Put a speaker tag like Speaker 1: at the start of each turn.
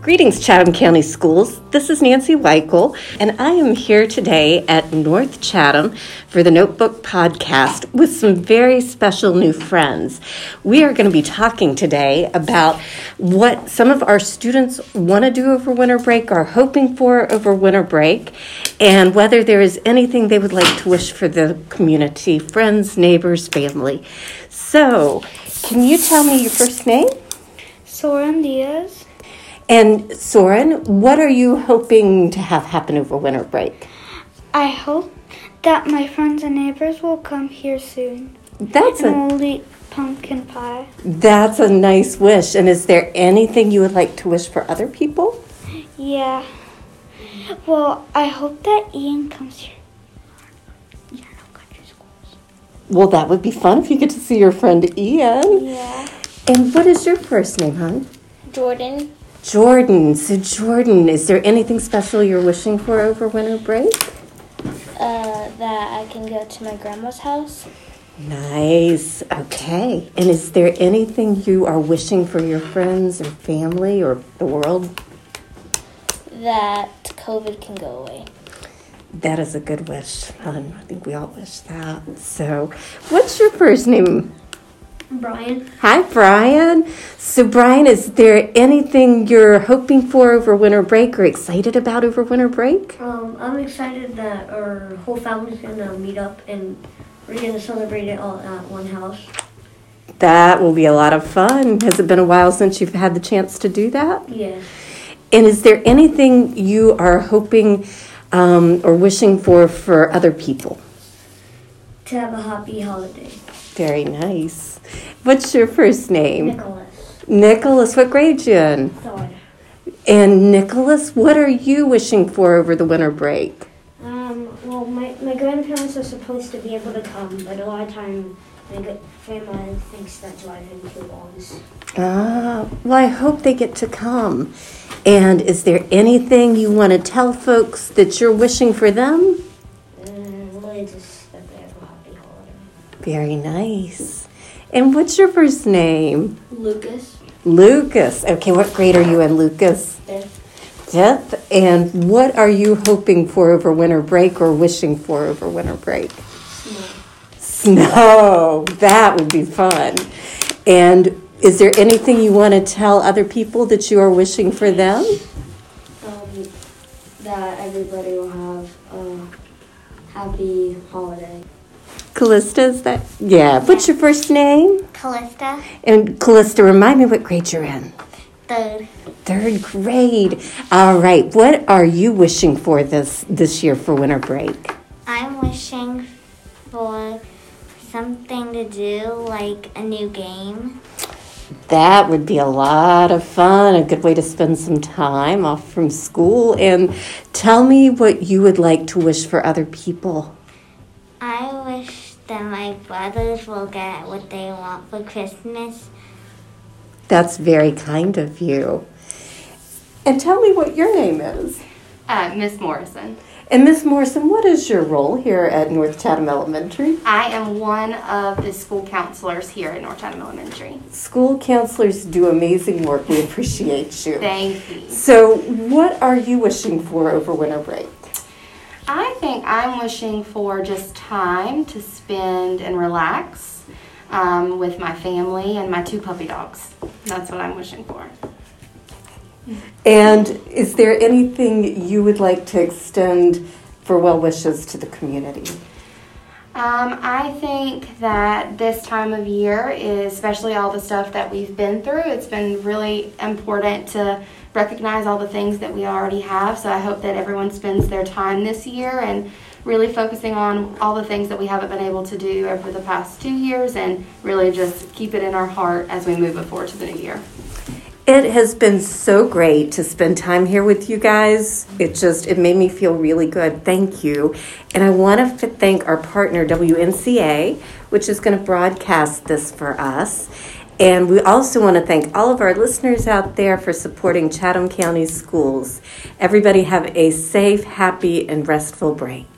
Speaker 1: Greetings, Chatham County Schools. This is Nancy Weichel, and I am here today at North Chatham for the Notebook Podcast with some very special new friends. We are going to be talking today about what some of our students want to do over winter break, are hoping for over winter break, and whether there is anything they would like to wish for the community, friends, neighbors, family. So, can you tell me your first name?
Speaker 2: Soren Diaz.
Speaker 1: And Soren, what are you hoping to have happen over winter break?
Speaker 2: I hope that my friends and neighbors will come here soon.
Speaker 1: That's a
Speaker 2: And we'll eat pumpkin pie.
Speaker 1: that's a nice wish. And is there anything you would like to wish for other people?
Speaker 2: Yeah. Well, I hope that Ian comes here. Yeah, no country schools.
Speaker 1: Well, that would be fun if you get to see your friend Ian.
Speaker 2: Yeah.
Speaker 1: And what is your first name, hon?
Speaker 2: Jordan.
Speaker 1: Jordan. So Jordan, is there anything special you're wishing for over winter break?
Speaker 2: Uh, that I can go to my grandma's house.
Speaker 1: Nice. Okay. And is there anything you are wishing for your friends or family or the world
Speaker 2: That COVID can go away.
Speaker 1: That is a good wish. Um, I think we all wish that. So, what's your first name?
Speaker 2: Brian.
Speaker 1: Hi, Brian. So, Brian, is there anything you're hoping for over winter break or excited about over winter break?
Speaker 3: Um, I'm excited that our whole family's gonna meet up and we're gonna celebrate it all at one house.
Speaker 1: That will be a lot of fun. Has it been a while since you've had the chance to do that?
Speaker 3: Yeah.
Speaker 1: And is there anything you are hoping um, or wishing for for other people?
Speaker 3: To have a happy holiday.
Speaker 1: Very nice. What's your first name?
Speaker 3: Nicholas.
Speaker 1: Nicholas, what grade you in?
Speaker 3: Thorn.
Speaker 1: And Nicholas, what are you wishing for over the winter break?
Speaker 4: Um, well, my, my grandparents are supposed to be able to come, but a lot of time my good family thinks that driving too long is
Speaker 1: Ah, well, I hope they get to come. And is there anything you want to tell folks that you're wishing for them?
Speaker 4: uh, really just that they have a happy holiday.
Speaker 1: Very nice. And what's your first name?
Speaker 4: Lucas?
Speaker 1: Lucas. Okay, what grade are you in, Lucas?
Speaker 4: Fifth.
Speaker 1: Fifth. And what are you hoping for over winter break or wishing for over winter break? Snow. That would be fun. And is there anything you want to tell other people that you are wishing for them?
Speaker 4: Um, that everybody will have a happy holiday.
Speaker 1: Callista, is that? Yeah. What's your first name?
Speaker 2: Callista.
Speaker 1: And Callista, remind me what grade you're in.
Speaker 2: Third.
Speaker 1: Third grade. All right. What are you wishing for this this year for winter break?
Speaker 2: I'm wishing for something to do, like a new game.
Speaker 1: That would be a lot of fun, a good way to spend some time off from school. And tell me what you would like to wish for other people.
Speaker 2: I wish that my brothers will get what they want for Christmas.
Speaker 1: That's very kind of you. And tell me what your name is.
Speaker 5: Uh, Miss Morrison.
Speaker 1: And Miss Morrison, what is your role here at North Chatham Elementary?
Speaker 5: I am one of the school counselors here at North Chatham Elementary.
Speaker 1: School counselors do amazing work. We appreciate you.
Speaker 5: Thank you.
Speaker 1: So, what are you wishing for over winter break?
Speaker 5: I think I'm wishing for just time to spend and relax um, with my family and my two puppy dogs. That's what I'm wishing for.
Speaker 1: And is there anything you would like to extend for well wishes to the community?
Speaker 5: Um, I think that this time of year is especially all the stuff that we've been through. It's been really important to recognize all the things that we already have. So I hope that everyone spends their time this year and really focusing on all the things that we haven't been able to do over the past two years and really just keep it in our heart as we move forward to the new year.
Speaker 1: It has been so great to spend time here with you guys. It just it made me feel really good. Thank you. And I want to thank our partner WNCA, which is going to broadcast this for us. And we also want to thank all of our listeners out there for supporting Chatham County Schools. Everybody have a safe, happy, and restful break.